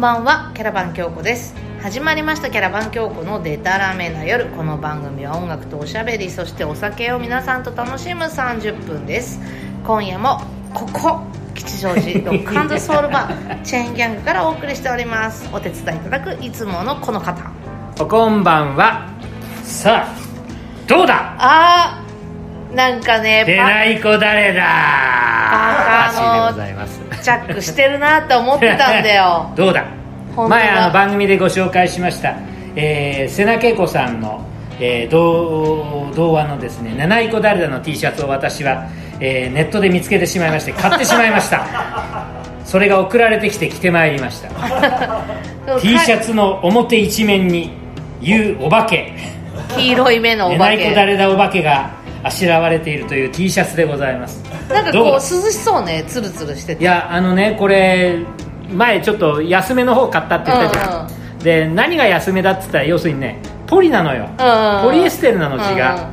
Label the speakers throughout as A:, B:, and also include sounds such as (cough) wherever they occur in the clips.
A: ばんはキャラバン京子です始まりましたキャラバン京子のデタラメな夜この番組は音楽とおしゃべりそしてお酒を皆さんと楽しむ30分です今夜もここ吉祥寺 (laughs) ロックソウルバーチェーンギャングからお送りしておりますお手伝いいただくいつものこの方
B: おこんばんはさあどうだ
A: あーなんかね
B: 出ない子誰だ
A: バカの
B: 橋でございます
A: パチャックしてるなって思ってたんだよ
B: (laughs) どうだ
A: 本当だ
B: 前あの番組でご紹介しました、えー、瀬名恵子さんの、えー、童童話のですね「七井子誰だ」の T シャツを私は、えーネットで見つけてしまいまして買ってしまいました
A: (laughs)
B: それが送られてきて着てまいりました T シャツの表一面に「言うお化け」
A: 黄色い目のお
B: 寝
A: 化
B: ない子
A: け
B: 誰だお化けがあしらわれているという T シャツでございます
A: なんか
B: ど
A: こう
B: う
A: 涼しそうねツルツルして
B: い
A: て
B: やあのねこれ前ちょっと安めの方買ったって言ったじゃん、で何が安めだっつったら要するにねポリなのよ、
A: うん
B: ポリエステルなの地が、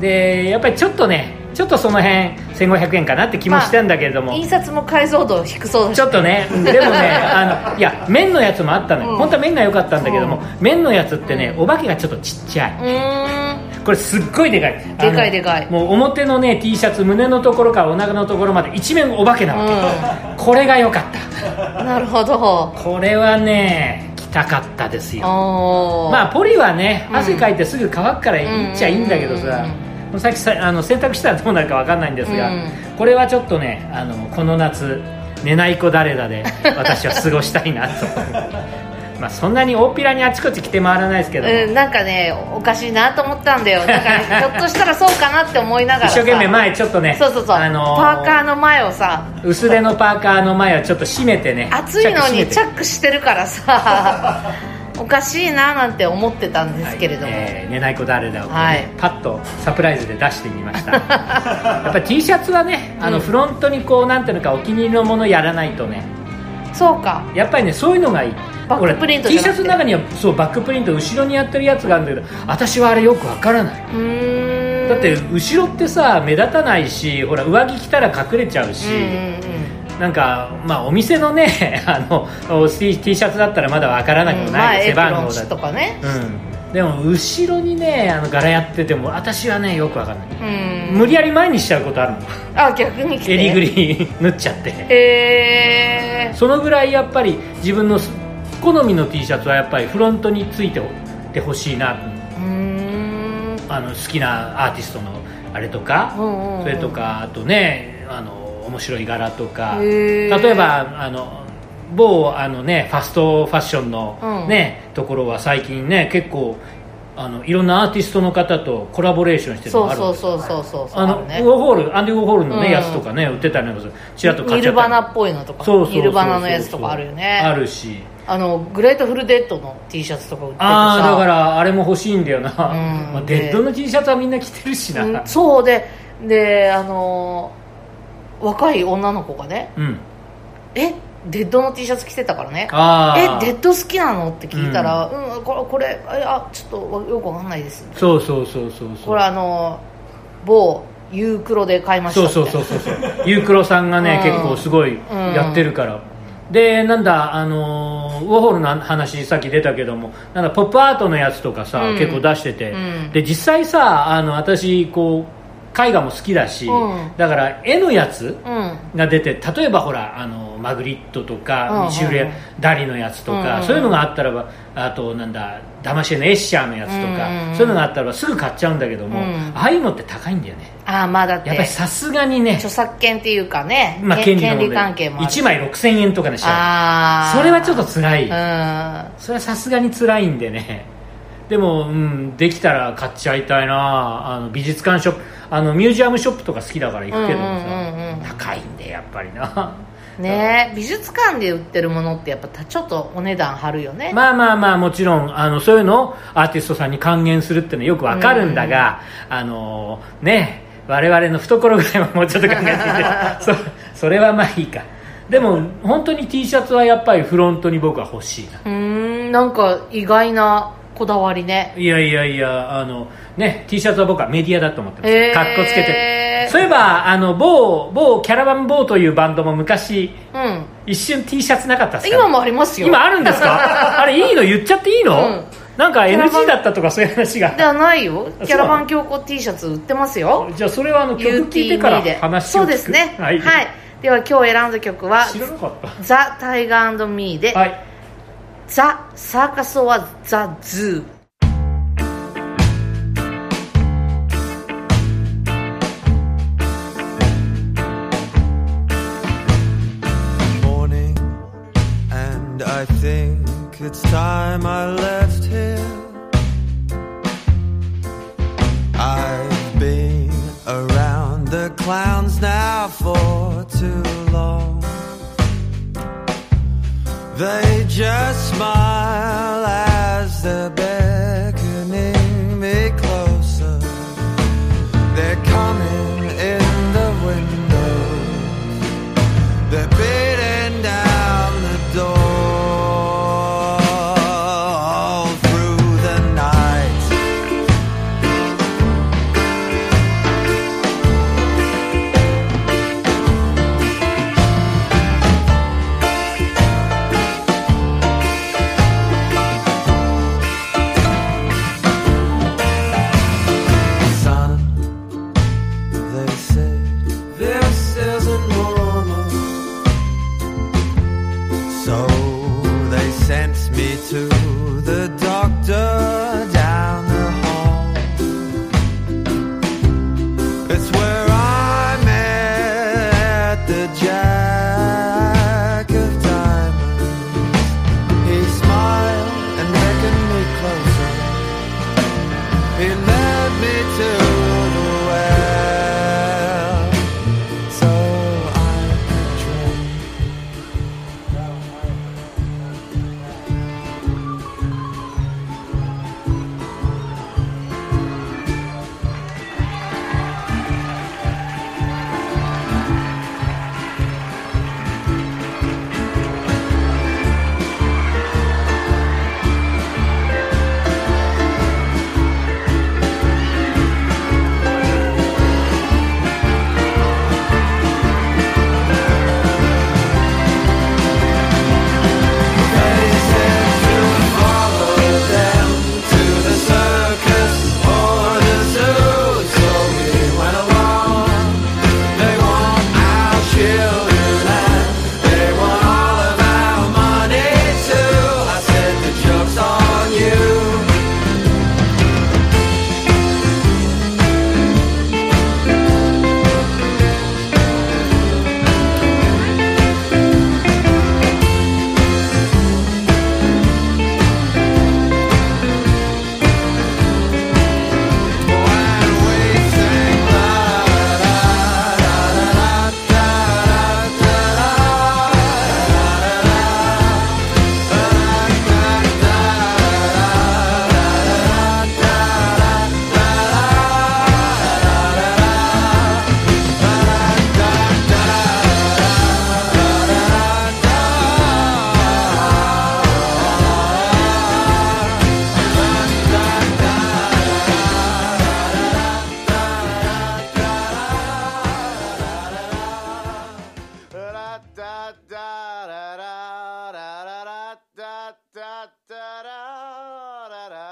B: でやっぱりちょっとねちょっとその辺1500円かなって気もしてんだけれども、
A: 印刷も解像度低そうだし
B: ちょっとねでも
A: (laughs)
B: ねあのいや麺のやつもあったのよ、
A: うん
B: 本当は麺が良かったんだけども、
A: う
B: 麺のやつってねお化けがちょっとちっちゃい、
A: うーん
B: これすっごいでかいあの
A: でかいでかい
B: もう表のね T シャツ胸のところからお腹のところまで一面お化けなわ (laughs) け、これが良かった
A: うんなるほど
B: これはね着たかったですよ
A: おー
B: まあポリはね
A: うん
B: 汗かいてすぐ乾くからいっちゃいいんだけどささっきさあの洗濯したらどうなるかわかんないんですが、
A: うん
B: これはちょっとねあのこの夏寝ない子誰だで私は過ごしたい
A: (laughs)
B: なとまあそんなに大っぴらにあちこち着て回らないですけども、
A: うん、なんかねおかしいなと思ったんだよだからひ
B: (laughs)
A: ょっとしたらそうかなって思いながら
B: 一
A: さ
B: 生懸命前ちょっとね
A: そうそうそう、
B: あの
A: パーカーの前をさ
B: 薄手のパーカーの前はちょっと閉めてね
A: 暑いのにチ
B: ャッ
A: ャックしてるから
B: (laughs)
A: さおかしいななんて思ってたんですけれども、
B: えー寝ない子誰だを、ね
A: はい
B: パッとサプライズで出してみま
A: (laughs)
B: したやっぱ T シャツはねあの
A: うん
B: フロントにこうなんていうのかお気に入りのものやらないとね
A: そうか
B: やっぱりねそういうのがいい
A: バックプリント
B: ほら T
A: じゃなくて
B: シャツの中にはそうバックプリント後ろにやってるやつがあるんだけど私はあれよくわからないう
A: ーん
B: だって後ろってさ目立たないしほら上着着たら隠れちゃうし、
A: うんうん
B: なんか、まあ、お店のね (laughs) あの T, T シャツだったらまだわからなく
A: うんう
B: も
A: んま
B: な
A: あ
B: い、
A: エ
B: 背
A: プロ
B: 番
A: ン
B: 号だ
A: チ
B: と
A: とかね
B: うん、でも後ろにねあの柄やってても私はねよくわかんない、
A: うん
B: 無理やり前にしちゃうこ
A: (laughs)
B: とあるもん
A: あ逆に来て
B: 襟ぐり縫っちゃって
A: へえ
B: そのぐらいやっぱり自分の好みの T シャツはやっぱりフロントについててほしいな
A: うーん
B: あの好きなアーティストのあれとか、
A: うんうんうん
B: それとかあとねあの面白い柄とか
A: へ
B: 例
A: ー
B: えばあの某あの、ね、ファストファッションの
A: う、ん
B: ねところは最近ね結構あのいろんなアーティストの方とコラボレーションしてるの
A: そ
B: があ
A: う
B: るん
A: そう
B: です
A: そうそ
B: よ
A: うそうそう
B: あのウ
A: る
B: ォーホールアンディ・ウォーホールの、ね
A: うん
B: やつとかね売ってたりなんかするちらっと買
A: ニ
B: っちゃ
A: ル
B: っ
A: バ
B: たり
A: ナっぽいのとか
B: そうそうそうそう
A: ニルバナのやつとかあるよね
B: あるし
A: あのグレートフルデッドの T シャツとか売ってて
B: あ
A: さ
B: あだからあれも欲しいんだよな、
A: ん
B: まあ、デッドの T シャツはみんな着てるしな、
A: うんそうでであのー若い女の子がね
B: うん
A: 「えデッドの T シャツ着てたからね
B: あ
A: え
B: あ
A: デッド好きなの?」って聞いたら「うん、これこれあちょっとよくわかんないです
B: そうそうそうそうそう」
A: これあのー某ユークロで買いました
B: そ
A: み
B: う
A: たい
B: そう
A: な
B: そうそうそうユークロさんがね、
A: うん
B: 結構すごいやってるから、でなんだあのーウォーホルの話さっき出たけどもなんだポップアートのやつとかさ、
A: うん
B: 結構出してて、
A: うん
B: で実際さあの私こう絵画も好きだし、
A: うん
B: だから絵のやつ
A: うん
B: が出て例えばほらあのマグリットと
A: うん
B: かミシュー
A: うん
B: レ・ダリのやつと
A: う
B: か、
A: ん
B: そういうのがあったらばあとなんだダマシエのエッシャーのやつと
A: う
B: か、
A: んうん
B: そういうのがあったらばすぐ買っちゃうんだけども、
A: うん
B: ああいうのって高いんだよね
A: ああまあだって
B: やっぱりさすがにね
A: 著作権っていうかね、
B: まあ、
A: け
B: 権
A: 権利
B: 利の問題
A: 関係もある
B: 1枚6000円とかでしょ
A: ああ
B: それはちょっと辛
A: う
B: い、
A: ん
B: それはさすがに辛いんでねでも、うん、できたら買っちゃいたいなあの美術館ショップあのミュージアムショップとか好きだから行くけどもさ、
A: うんうんうんうん
B: 高いんでやっぱりな (laughs)
A: ねえ美術館で売ってるものってやっぱたちょっとお値段張るよね、
B: まあまあまあもちろんあのそういうのをアーティストさんに還元するっていうのはよくわかるんだが、あのね我々の懐ぐらいはもうちょっと考えていて
A: (laughs)
B: そそれはまあいいかでも本当に T シャツはやっぱりフロントに僕は欲しいな
A: うーんなんか意外なこだわりね
B: いやいやいやあのね T シャツは僕はメディアだと思ってます、
A: へー
B: かっこつけてそういえばあの某某キャラバンボーというバンドも昔
A: うん
B: 一瞬 T シャツなかったっすか
A: 今もありますよ
B: 今あるんです
A: (laughs)
B: かあれいいの言っちゃっていいの、
A: うん
B: なんか
A: キャラバン
B: NG だったとかそういう話が
A: ではないよ
B: そう
A: キャラバン強行 T シャツ売ってますよ
B: じゃあそれはあの曲聞いてから話を聞
A: そう
B: く
A: ですねは、
B: はいい、
A: では今日選んだ曲は
B: 知らなかっ
A: 「ザ・タイガーミー」で
B: たはい
A: 「ザ・サーカス・オア・ザ・ズー」
C: morning, and I think it's time I left here. I've been around the clowns now for too long. They just smile as they're beckoning me closer. They're coming in the window. They're beating down the door all through the night. Son, they said, this isn't normal. So they sent me to the doctor down the hall. It's where I met the Jack of Diamonds. He smiled and beckoned me closer. He led me to the well. So I could drink. on you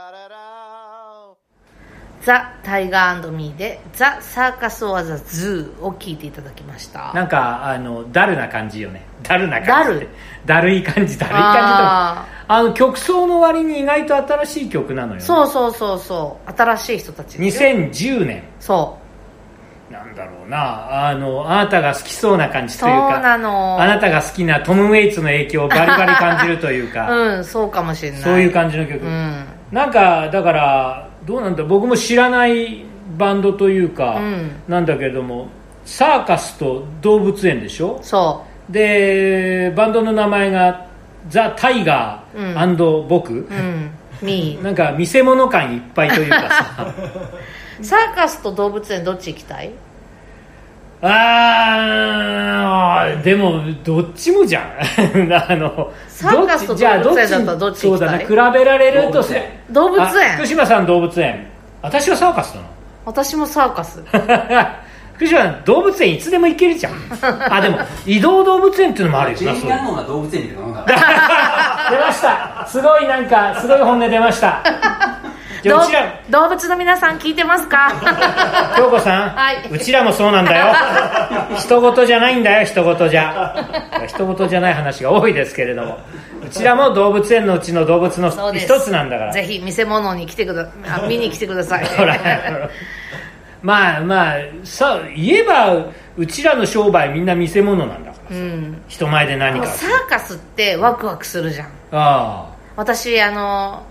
C: Da-da-da-da-da-da-da-da-da-da-da-da-da-da-da-da-da-da-da-da-da-da-da-da-da-da-da-da-da-da-da-da-da-da-da-da-da-da-da-da-da-da-da-da-da-da-da-da-da-da-da-da-da-da-da
A: ザ・タイガーミーで「ザ・サーカス・オア・ザ・ズー」を聴いていただきました
B: なんかあのダルな感じよねダルな感じ
A: ダル
B: だるい感じだるい感じと
A: あ
B: あの曲奏の割に意外と新しい曲なのよ、ね、
A: そうそうそうそう新しい人たちですよ
B: 2010年
A: そ
B: なんだろうなあのあなたが好きそうな感じというか
A: そうなの
B: あなたが好きなトム・ウェイツの影響をバリバリ感じるとい
A: (laughs)
B: う
A: う
B: か、
A: うんそうかもしれない
B: そういう感じの曲、
A: うん
B: なんかだからどうなんだ僕も知らないバンドというか、
A: うん
B: なんだけれどもサーカスと動物園でしょ
A: そ
B: でバンドの名前がザ・タイガー僕、
A: ううんミー
B: なんか見せ物感いっぱいというか
A: (laughs)
B: さ (laughs)
A: サーカスと動物園どっち行きたい
B: あーでもどっちもじゃん (laughs) あの
A: サーカスと
B: どっちじゃあ
A: 動物園だったらどっち
B: そうだ
A: 行
B: ね
A: き
B: 比べられるとせ
A: 動物
B: あ福
A: 園
B: 島さん動物園私はサーカスだな
A: 私もサーカス
B: だ (laughs) 福島なんて動物園いつでも行けるじゃんあでも移動動物園っていうのもあるよな
D: ベン
B: うい
D: ガン
B: う
D: モンが動物園みたいなもんだ
B: (laughs)
D: から
B: 出ましたすごいなんかすごい本音出ましたいやうちら
A: 動物の皆さん聞いてますか
B: (laughs) 京子さん、
A: はいう
B: ちらもそうなん
A: (laughs)
B: だよ人事じゃないんだよ人事じゃ人事じゃない話が多いですけれどもうちらも動物園のうちの動物の
A: そうです
B: 一つなんだから
A: ぜひ見せ物に来てくだあ見に来てください
B: ほら (laughs) まあまあさ言えばうちらの商売みんな見せ物なんだから、
A: うん
B: 人前で何
A: でも
B: か
A: サーカスってワクワクするじゃん
B: あ
A: 私あの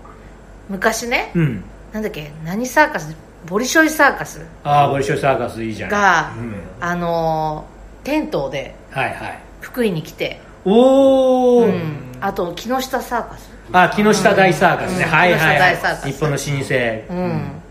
A: 昔ね
B: あうん
A: なんだっけ何サーカスボリショイサーカス
B: ああご一緒サーカスいいじゃん
A: が、
B: うん
A: あのテントで
B: はいはい
A: 福井に来て、
B: おお、
A: うんあと木下サーカス
B: あ木下大サーカスね、
A: うん
B: はいはい、はい
A: 木下大サーカス
B: 日本の老
A: う
B: 舗
A: ん、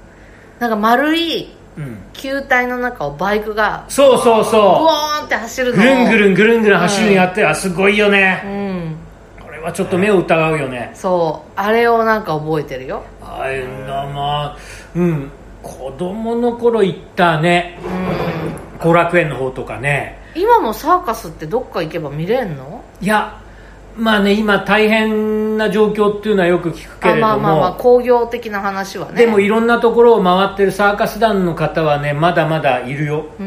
A: なんか丸い
B: うん、
A: 球体の中をバイクが
B: そうそ
A: ボ
B: うそう
A: ーンって走るの
B: ぐるんぐる
A: ん
B: んぐるんぐるん走るのやってあすごいよ
A: う
B: ね、
A: ん
B: これはちょっと目を疑うよね、
A: そうあれをなんか覚えてるよ
B: ああいうのまあうん子供の頃行ったね後楽園の方とかね
A: 今もサーカスってどっか行けば見れんの
B: いやまあね今大変な状況っていうのはよく聞くけれ
A: あ
B: ども
A: まあまあまあ工業的な話はね
B: でもいろんなところを回ってるサーカス団の方はねまだまだいるよ
A: う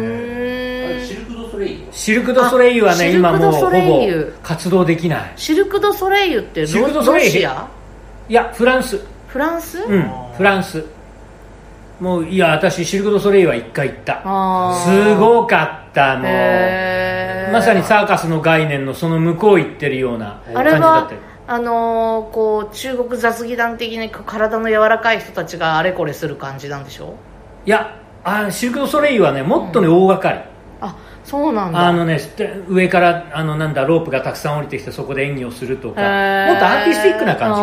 A: ー
D: あれ
A: ん
D: シルク・ドゥ・ソレイユ
B: シルク・ドゥ・ソレイユは
A: あ
B: ね
A: シルク
B: 今も
A: ド
B: う
A: ゥ
B: ほ
A: ソレイ
B: ぼ
A: ユ
B: 活動できない
A: シルク・ドゥ・ソレイユって
B: シルクド
A: ロ
B: ゥソ
A: ロ
B: レイユ
A: シア
B: いやフランス
A: フランス、
B: うんフランスもういや私シルク・ドゥ・ソレイユは一回行った
A: あー
B: すごかったもう
A: へー
B: まさにサーカスの概念のその向こう行ってるような
A: あ
B: 感じ
A: れ
B: だっ
A: は
B: たよ
A: あのーこう中国雑技団的にこう体の柔らかい人たちがあれこれする感じなんでしょ
B: いやあシルク・ドゥ・ソレイユはねもっとね、大掛かり
A: あそうなんだ
B: あのねして上からあのなんだロープがたくさん降りてきてそこで演技をするとか
A: へ
B: もっとアーティスティックな感じかな
A: あ
D: な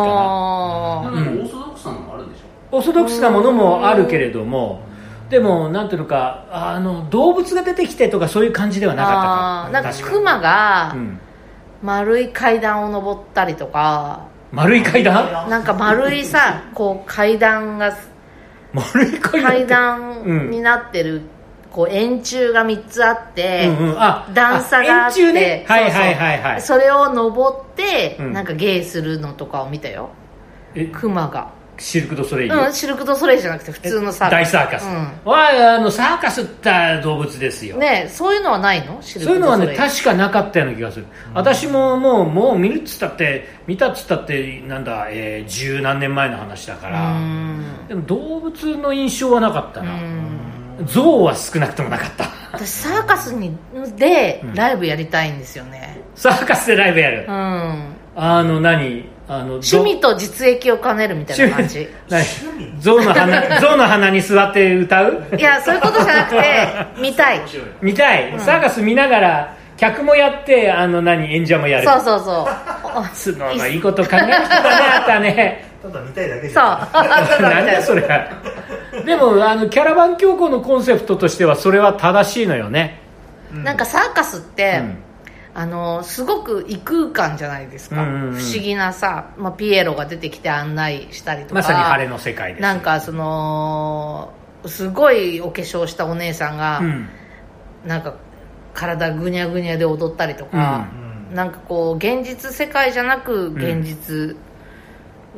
D: んかオーソドックスなのもあるんでしょ
B: オーソドックスなものもあるけれどもでもなんていうのかあの動物が出てきてとかそういう感じでは
A: ー
B: なか
A: あー
B: っ
A: な
B: た
A: んか
B: 確
A: クマが
B: うん、
A: 丸い階段を登ったりとか
B: 丸い階
A: (laughs)
B: 段
A: なんか丸いさこう階段が
B: 丸い階段って
A: 階段になってる、こう円柱が3つあって、
B: うんうんあ
A: 段差があって
B: あ円柱ね
A: そうそう
B: はいはいはいはい
A: それを登って、
B: うん
A: なんか芸するのとかを見たよ
B: え
A: クマが
B: シルク・ドゥ・ソレイユ、
A: うんシルク・ドゥ・ソレイユじゃなくて普通のサーカ
B: 大
A: ス
B: サーカス、
A: う
B: はあのサーカスって動物ですよ、
A: ねえそういうのはないのシル
B: そうい
A: ク・
B: う
A: ド
B: の
A: ゥ・
B: は
A: ソレイ
B: ね確かなかったような気がする、私ももうもう見るっつったって見たっつったってなんだ、えー十何年前の話だから、でも動物の印象はなかった
A: ユう
B: な、
A: ん
B: 象は少なくともなかった (laughs)
A: 私サーカスにで
B: ん
A: ライブやりたいんですよね
B: サーカスでライブやる、
A: うん
B: あの何あの
A: 趣味と実益を兼ねるみたいな感じ
B: 何象
A: (laughs)
B: の鼻象の鼻に座って歌う
A: いやそういうことじゃなくて見たいそう
B: 見たい、サーカス見ながら客もやってあの何演者もやる
A: そうそう
B: (laughs) スノーのいいこと考えてたねあったね
E: ただ見たい
B: (laughs)
E: だけじ
A: (laughs) そう
E: ゃん
B: なんだそれでもあのキャラバン教皇のコンセプトとしてはそれは正しいのよね
A: なんかサーカスって、
B: うん
A: あのすごく異空間じゃないですか、
B: うんうんうん
A: 不思議なさ、まあ、ピエロが出てきて案内したりとか
B: まさに晴れの世界です
A: なんかそのすごいお化粧したお姉さんが、
B: うん
A: なんか体ぐにゃぐにゃで踊ったりとか、
E: うん
A: なんかこう現実世界じゃなく現実、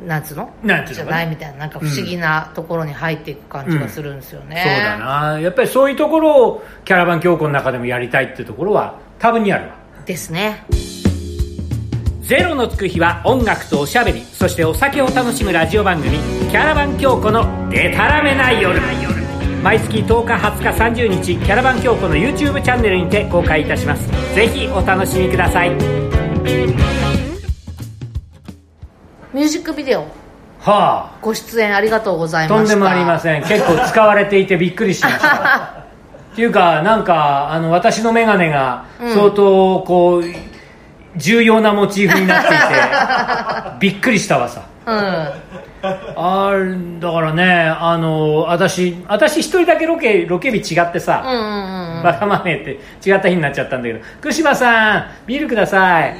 A: なんつうの
B: なんていうのかな
A: じゃないみたいななんか不思議なところに入っていく感じがするんですよね、
B: そうだなやっぱりそういうところをキャラバン教皇の中でもやりたいっていうところは多分にあるわ
A: ですね
B: ゼロのつく日は音楽とおしゃべりそしてお酒を楽しむラジオ番組「キャラバン京子のでたらめな夜」毎月10日20日30日キャラバン京子の YouTube チャンネルにて公開いたしますぜひお楽しみください
A: ミュージックビデオ
B: は
A: ご出演ありがとうござ
B: あ
A: いまし
B: と
A: た
B: んでもありません結構使われていてびっくりしましたっていうかなんかあの私の眼鏡が相当こう、重要なモチーフになっていてびっくりしたわさ
A: う
B: あーだからねあの私私一人だけロケロケ日違って
A: ん、う
B: さ、
A: んうんうん
B: バカ豆って違った日になっちゃったんだけど福島さんビールください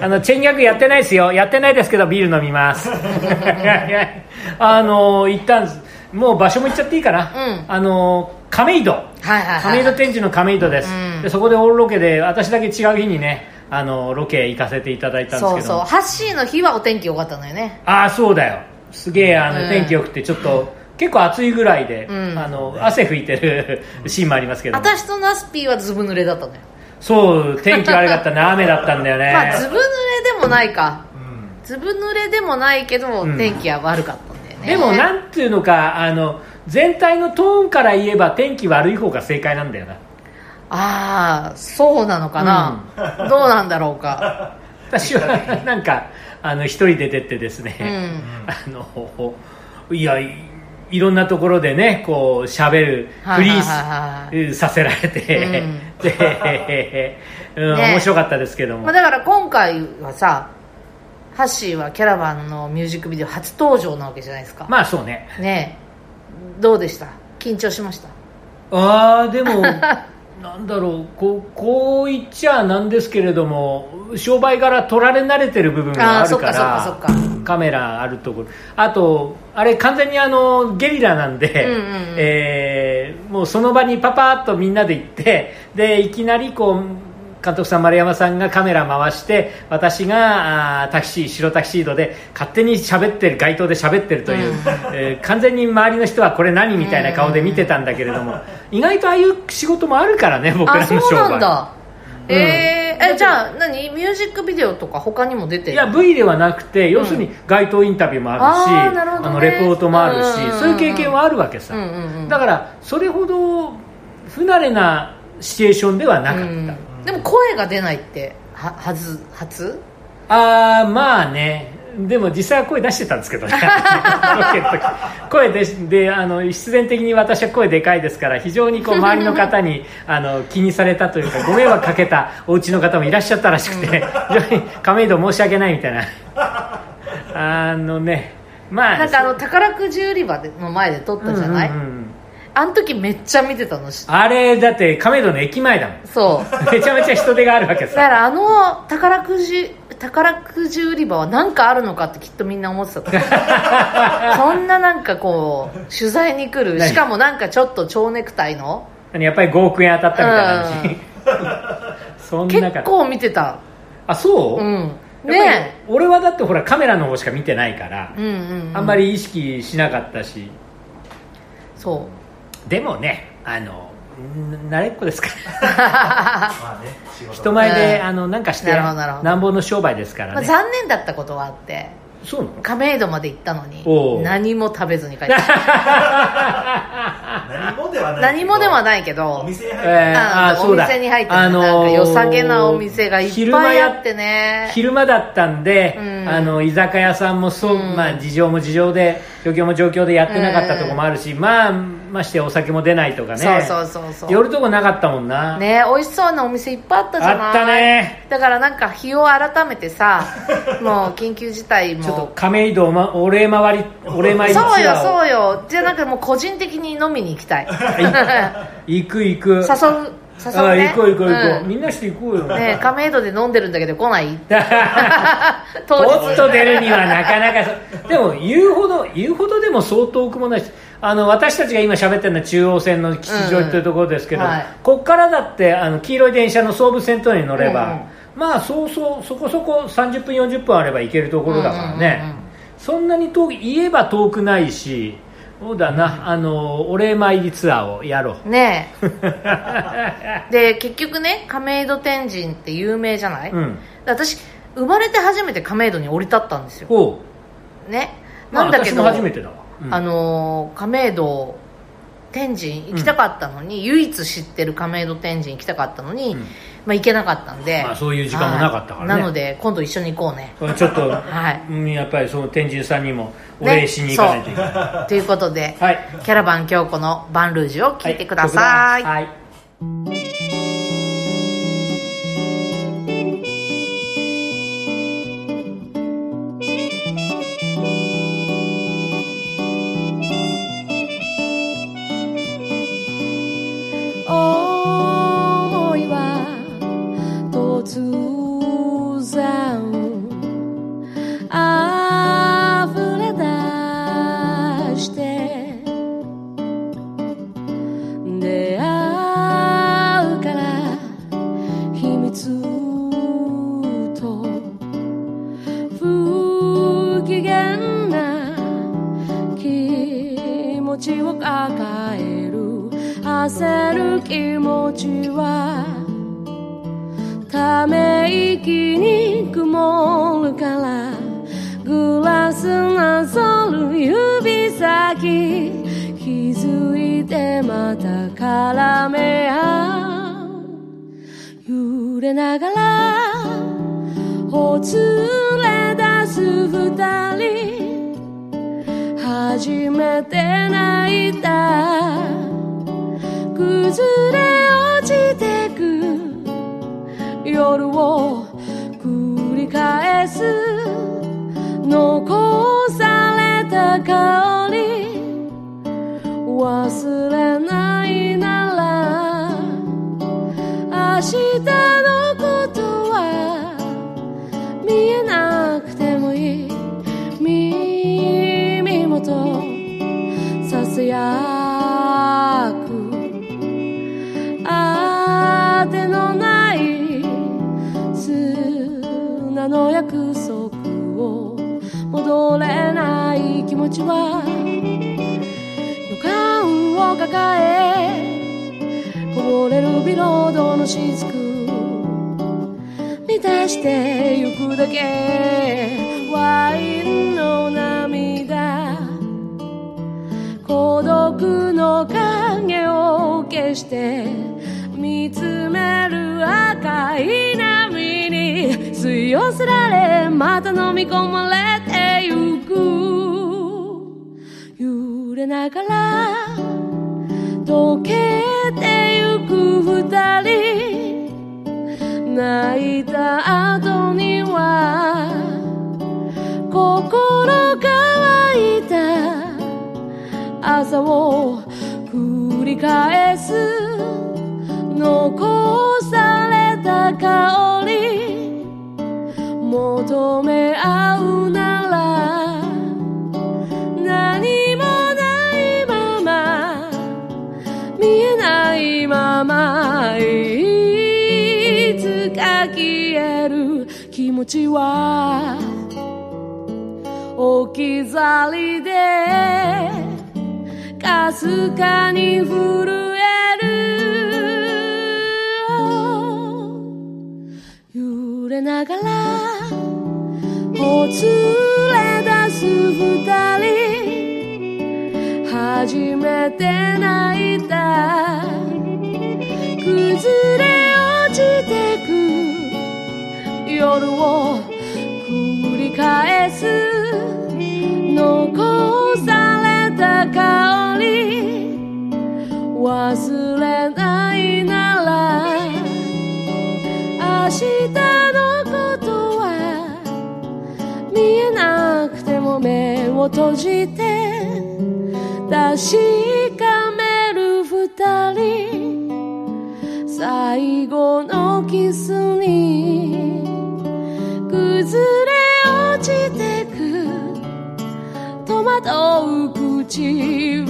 B: あのチェンギャクやってないですよやってないですけどビール飲みます
A: (laughs)
B: あの行ったんですもう場所も行っちゃっていいかな、
A: うん
B: あの亀戸
A: はいはいはい
B: 亀戸天智の亀戸です、
A: うん
B: でそこでオールロケで私だけ違う日にねあのロケ行かせていただいたんです
A: そう
B: けど
A: そうハッシーの日はお天気良かったのよね
B: ああそうだよすげえあの、
A: うん
B: 天気良くてちょっと結構暑いぐらいで、
A: うん
B: あの汗拭いてるシーンもありますけども
A: 私とナスピーはずぶ濡れだったのよ、
B: そう天気悪かったね雨だったんだよね、
A: (laughs) まあずぶ濡れでもないか
B: うん
A: ずぶ濡れでもないけど、
B: うん
A: 天気は悪かったんだよね
B: でもなんていうのかあの全体のトーンから言えば天気悪い方が正解なんだよな
A: ああそうなのかな、どうなんだろうか
B: 私はなんかあの一人で出てですね、
A: うん
B: あのいやいいろんなところでねこう喋る
A: は
B: フ
A: い
B: リ
A: はいはいはい
B: ーさせられて、
A: うん
B: で、うん
A: ね
B: 面白かったですけども、
A: まあ、だから今回はさハッシーはキャラバンのミュージックビデオ初登場なわけじゃないですか、
B: まあそうね
A: ねえどうでした緊張しました
B: ああ
A: (laughs)
B: でもなんだろうこうこう言っちゃなんですけれども商売柄取られ慣れてる部分があ
A: ーそ
B: る
A: っ
B: か
A: からそっかそっか
B: カメラあるところあとあれ完全にあのゲリラなんで、
A: うんうんうん
B: えーもうその場にパパーっとみんなで行ってでいきなりこう監督さん丸山さんがカメラ回して私があータキシー白タキシードで勝手に喋ってる街頭で喋ってるという、
A: うん
B: えー完全に周りの人はこれ何みたいな顔で見てたんだけれども、意外とああいう仕事もあるからね僕
A: あ
B: ら
A: そう
B: の商売
A: なんだ、
B: うん
A: えーえじゃあ何ミュージックビデオとか他にも出てる
B: いや V ではなくて要するに街頭インタビューもあるし、
A: あーなるほどね
B: あのレポートもあるし、
A: うんうんうん
B: そういう経験はあるわけさ、
A: うんうんうん
B: だからそれほど不慣れなシチュエーションではなかっ
A: う
B: た、
A: んでも声が出ないってははず初
B: ああまあねでも実際は声出してたんです
A: (laughs)
B: けどねロケの時声でであの必然的に私は声でかいですから非常にこう周りの
A: (laughs)
B: 方にあの気にされたというかご迷惑かけたお家の方もいらっしゃったらしくて非常に亀戸申し訳ないみたいなあのねまあ
A: なんかあの宝くじ売り場での前で撮ったじゃない、
B: うんうんうん
A: あの時めっちゃ見てたのし
B: あれだって亀戸の駅前だも
A: そうん
B: めちゃめちゃ人手があるわけ
A: だか (laughs)
B: さ
A: らあの宝くじ宝くじ売り場は何かあるのかってきっとみんな思ってたと思う
B: (laughs)
A: そんななんかこう取材に来る
B: 何
A: しかもなんかちょっと蝶ネクタイの
B: やっぱり5億円当たったみたいな話、
A: うん
B: そんな
A: 結
B: か
A: 構見てた
B: あそう、
A: うん
B: やっぱ
A: ね
B: り俺はだってほらカメラの方しか見てないから
A: え、うんうんうん、
B: あんまり意識しなかったし
A: そう
B: でもねあのん慣れっこですから
E: まあね仕事
B: 人前で、
A: うん
B: あのなんかして
A: なるほどなるほど
B: なんぼの商売ですか
A: ま
B: ら
A: あ、
B: ね、
A: 残念だったことはあって
B: そ
A: (laughs)
B: うなの
A: 亀戸まで行ったの
B: おう
A: に何も食べずに帰ってき
B: (laughs)
A: た
E: 何もではない
A: 何もで
E: な
A: は
E: い
A: ないけど
E: お店に入っ
B: えー
E: て、
A: あ
B: あーそうだ
A: お店に入ってね
B: あのー
A: なんか良さげなお店がいっぱいあってね
B: 昼間だったんで、
A: うん
B: あの居酒屋さんもそう、
A: うん
B: まあ、事情も事情で状況も状況でやってなかったとこもあるし、まあましてお酒も出ないとかね
A: そうそうそうそう
B: 寄るとこなかったもんな、
A: ね美味しそうなお店いっぱいあったじゃない
B: あったね
A: だからなんか日を改めて
B: (laughs)
A: さもう緊急事態も
B: ちょっと亀戸お,、ま、お礼回りお礼参りツアーを
A: そうよそうよじゃなくてもう個人的に飲みに行きたい誘
B: 行く行く
A: う (laughs) 誘うね
B: あ行こう行こう行こう、
A: うん
B: みんなして行こうよ、 (laughs)
A: ねえ亀戸で飲んでるんだけど来ない
B: ポ
A: 当
B: ッ
A: 日
B: と出るにはなかなか
A: (laughs)
B: そでも言うほど言うほどでも相当奥もないしあの私たちが今喋ってるのは中央線の吉祥
A: うんう
B: 寺
A: ん
B: というところですけど、
A: はい
B: こっからだってあの黄色い電車の総武線とに乗れば、
A: うんうん
B: まあそうそうそこそこ30分40分あれば行けるところだか
A: う
B: らね、
A: んうんうんうん
B: そんなに遠く言えば遠くないしそうだなあのお礼参りツアーをやろ
A: (laughs)
B: う
A: ねえで結局ね亀戸天神って有名じゃない、
B: うん
A: で私生まれて初めて亀戸に降り立ったんですよ
B: おう
A: ね
B: まあ
A: なんだけど、
B: 私も初めてだわ、うん
A: あのー亀戸天神行きたかったのに、唯一知ってる亀戸天神行きたかったのに、
B: うん
A: まあ、行けなかったんで、
B: まあそういう時間もなかったからね
A: はいなので今度一緒に行こう
B: (laughs)
A: ね
B: これちょっと、
A: はい
B: うんやっぱりその天神さんにもお礼しに行かないといけない、
A: ということで、
B: はい
A: キャラバン京子の「バンルージュ」を聞いてください、
B: はい
F: 思いは突然溢れ出して出会気持ちを抱える焦る気持ちはため息に曇るからグラスなさる指先気づいてまた絡め合う揺れながらほつれ出す二人初めて泣いた崩れ落ちてく夜を繰り返す残された香り忘れないなら明日のことは見えなくてもいい耳元ささやくあてのない砂の約束を戻れない気持ちは予感を抱えこぼれるビロードの雫満たしてゆくだけワインの涙孤独の影を消して見つめる赤い波に吸い寄せられまた飲み込まれてゆく揺れながら溶けてゆく二人泣いた後には心乾いた朝を繰り返す残された香り求め合うなら何もないまま見えないままいつか消える気持ちは置き去りでかすかに震える揺れながらほつれ出す二人初めて泣いた崩れ落ちてく夜を繰り返す残された香り忘れないなら明日のことは見えなくても目を閉じて確かめる二人最後のキスに崩れ落ちてく戸惑う唇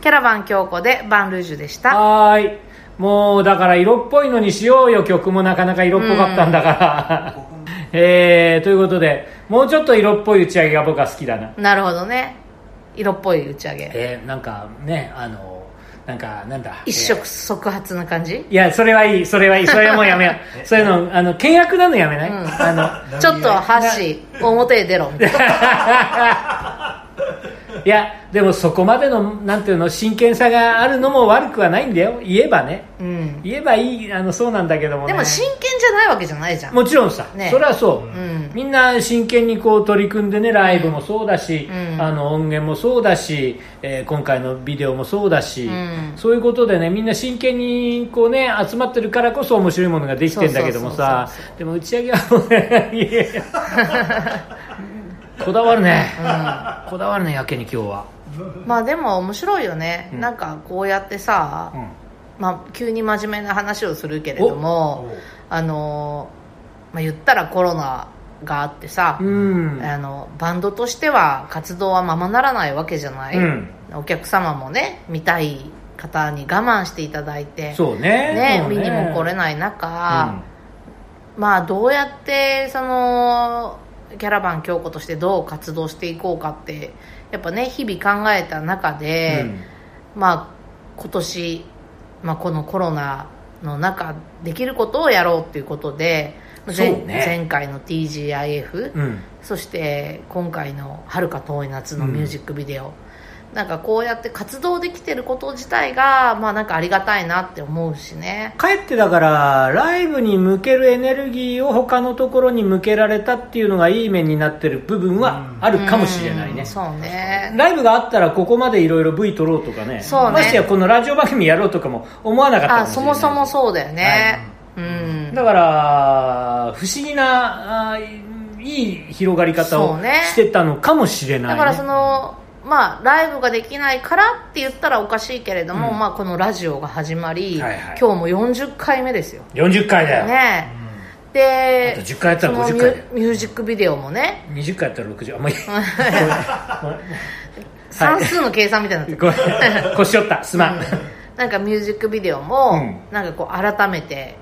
A: キャラバン京子でバンルージュでした
B: はーいもうだから色っぽいのにしようよ曲もなかなか色っぽかったんだから、えー、ということでもうちょっと色っぽい打ち上げが僕は好きだな
A: なるほどね色っぽい打ち上げ
B: えー、なんかねあのなんかなんだ
A: 一触即発な感じ
B: いや、それはいい、それはいい、それはもうやめよう。そういうの、あの、険悪なのやめない、
A: うん
B: あ (laughs)
A: ちょっと箸表へ出ろみたいな
B: の、いやでもそこまでのなんていうの真剣さがあるのも悪くはないんだよ言えばね
A: うん
B: 言えばいいあのそうなんだけども、ね、
A: でも真剣じゃないわけじゃないじゃん
B: もちろんさ、
A: ね
B: それはそう、
A: ん
B: みんな真剣にこう取り組んでねライブもそうだし、
A: うん
B: あの音源もそうだし、えー今回のビデオもそうだし、
A: うん
B: そういうことでねみんな真剣にこうね集まってるからこそ面白いものができてんだけどもさ
A: そう
B: でも打ち上げはもうねいえい
A: (laughs)
B: えこだわるね、こだわるねやけに今日は、
A: まあでも面白いよね、
B: うん
A: なんかこうやってさ、
B: うん
A: まあ、急に真面目な話をするけれど
E: お
A: も
E: お
A: あのー、まあ、言ったらコロナがあってさ、
B: うん
A: あのバンドとしては活動はままならないわけじゃない、
B: うん
A: お客様もね見たい方に我慢していただいて
B: そうね
A: ね
B: そう
A: 見にも来れ
B: うん
A: ない中、まあどうやってそのキャラバン京子としてどう活動していこうかってやっぱね日々考えた中で、
B: うん
A: まあ、今年、まあ、このコロナの中できることをやろうということで、前
B: そうね
A: 前回の TGIF、
B: うん
A: そして今回の「はるか遠い夏」のミュージックビデオ、なんかこうやって活動できてること自体が、まあ、なんかありがたいなって思うしね
B: かえってだからライブに向けるエネルギーを他のところに向けられたっていうのがいい面になってる部分はあるかもしれない
A: うん
B: ね、
A: そうね
B: ライブがあったらここまでいろいろ V 取ろうとかね
A: そうね
B: ましてやこのラジオ番組やろうとかも思わなかった
A: あ
B: かもしれ
A: そ
B: ない
A: もそもそうだよね、うん
B: だから不思議なあーいい広がり方
A: そ
B: を
A: うね
B: してたのかもしれない、ね
A: だからその、まあ、ライブができないからって言ったらおかしいけれども、まあ、このラジオが始まり、
B: はいはい
A: 今日も40回目ですよ。
B: 40回だよ、
A: ね
B: あと
A: で、
B: 10回やった
A: そ
B: ら
A: の
B: 50
A: ミ
B: 回だよ
A: ュミュージックビデオもね、
B: 20回やったら60あもういい
A: (laughs)
B: ごめん
A: 算数の計算みたいになってる、
B: ごめんごめん腰折ったすまん、
A: なんかミュージックビデオも、
B: うん
A: なんかこう改めて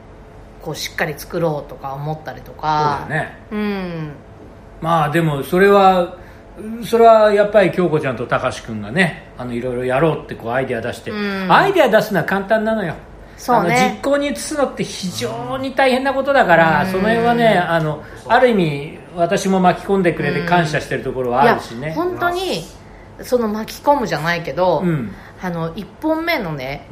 A: こうしっかり作ろうとか思ったりと
B: そうだ
A: か。
B: ね
A: うん
B: まあでもそれはうんそれはやっぱり京子ちゃんと貴司君がねあのいろいろやろうってこうアイデア出して、
A: うん
B: アイデア出すのは簡単なのよ
A: そうね
B: あの実行に移すのって非常に大変なことだから、その辺はねあのある意味私も巻き込んでくれて感謝してるところはあるし
A: いや
B: ね、うん
A: 本当にその巻き込むじゃないけど、
B: うん
A: あの1本目のね、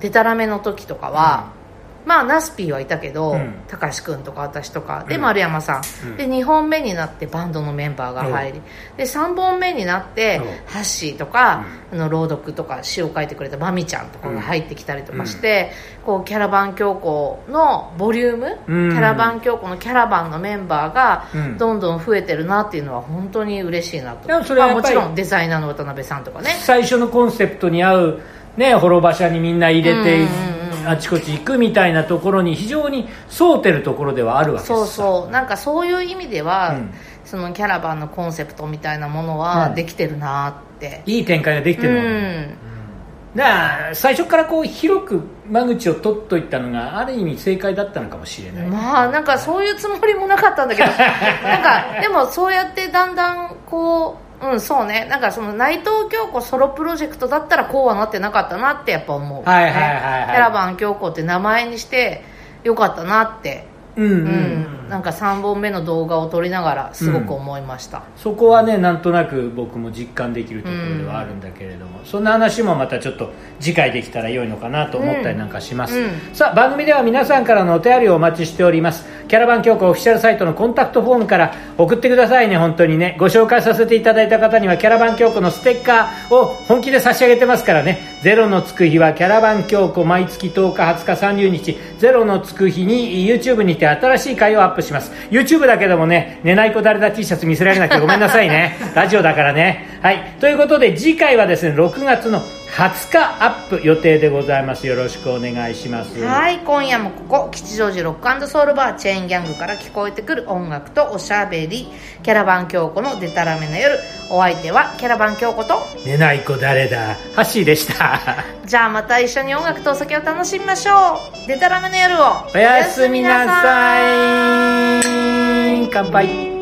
A: でたらめの時とかは、まあナスピーはいたけど、
B: うん
A: たかし君とか私とかで
B: うん
A: 丸山さん、
B: うん
A: で2本目になってバンドのメンバーが入り、で3本目になって、
B: うん
A: ハッシーとか、あの朗読とか詩を書いてくれたまみちゃんとかが入ってきたりとかして、こうキャラバン教皇のボリューム、
B: うん
A: キャラバン教皇のキャラバンのメンバー
B: うん
A: がどんどん増えてるなっていうのは本当に嬉しいなと、
B: いやそれは
A: まあ
B: やっ
A: も
B: ぱ
A: ち
B: り
A: ろんデザイナーの渡辺さんとかね
B: 最初のコンセプトに合う、ね、滅場所にみんな入れて、
A: うん
B: あちこち行くみたいなところに非常に沿うてるところではあるわけです
A: そうそうなんかそういう意味では、
B: うん
A: そのキャラバンのコンセプトみたいなもの
B: う
A: は
B: ん
A: できてるなって、
B: いい展開ができて
A: う
B: るの、
A: ん、
B: だから最初からこう広く間口を取っといたのがある意味正解だったのかもしれない、
A: まあなんかそういうつもりもなかったん
B: (laughs)
A: だけどなんかでもそうやってだんだんこううんそうねなんかその内藤京子ソロプロジェクトだったらこうはなってなかったなってやっぱ思う、
B: はいはいはいはい
A: キャラバン京子って名前にしてよかったなって
B: うんう、
A: うんん、なんか3本目の動画を撮りながらすごく思いました、
B: そこはねなんとなく僕も実感できるところではあるんだけれども、そんな話もまたちょっと次回できたら良いのかなと思ったりなんかします、
A: うん
B: さあ番組では皆さんからのお便りをお待ちしておりますキャラバン教皇オフィシャルサイトのコンタクトフォームから送ってくださいね本当にねご紹介させていただいた方にはキャラバン教皇のステッカーを本気で差し上げてますからねゼロのつく日はキャラバン教皇毎月10日20日30日ゼロのつく日に YouTube にて新しい回をアップします YouTube だけどもね寝ない子誰だ T シャツ見せられなくてごめんなさいねラジオだからねはいということで次回はですね6月の20日アップ予定でございますよろしくお願いします
A: はい今夜もここ吉祥寺ロックソウルバーチェーンギャングから聞こえてくる音楽とおしゃべりキャラバン京子のデタラメな夜お相手はキャラバン京子と
B: 寝ない子誰だハッシーでした
A: じゃあまた一緒に音楽とお酒を楽しみましょうデタラメな夜を
B: おやすみなさい乾杯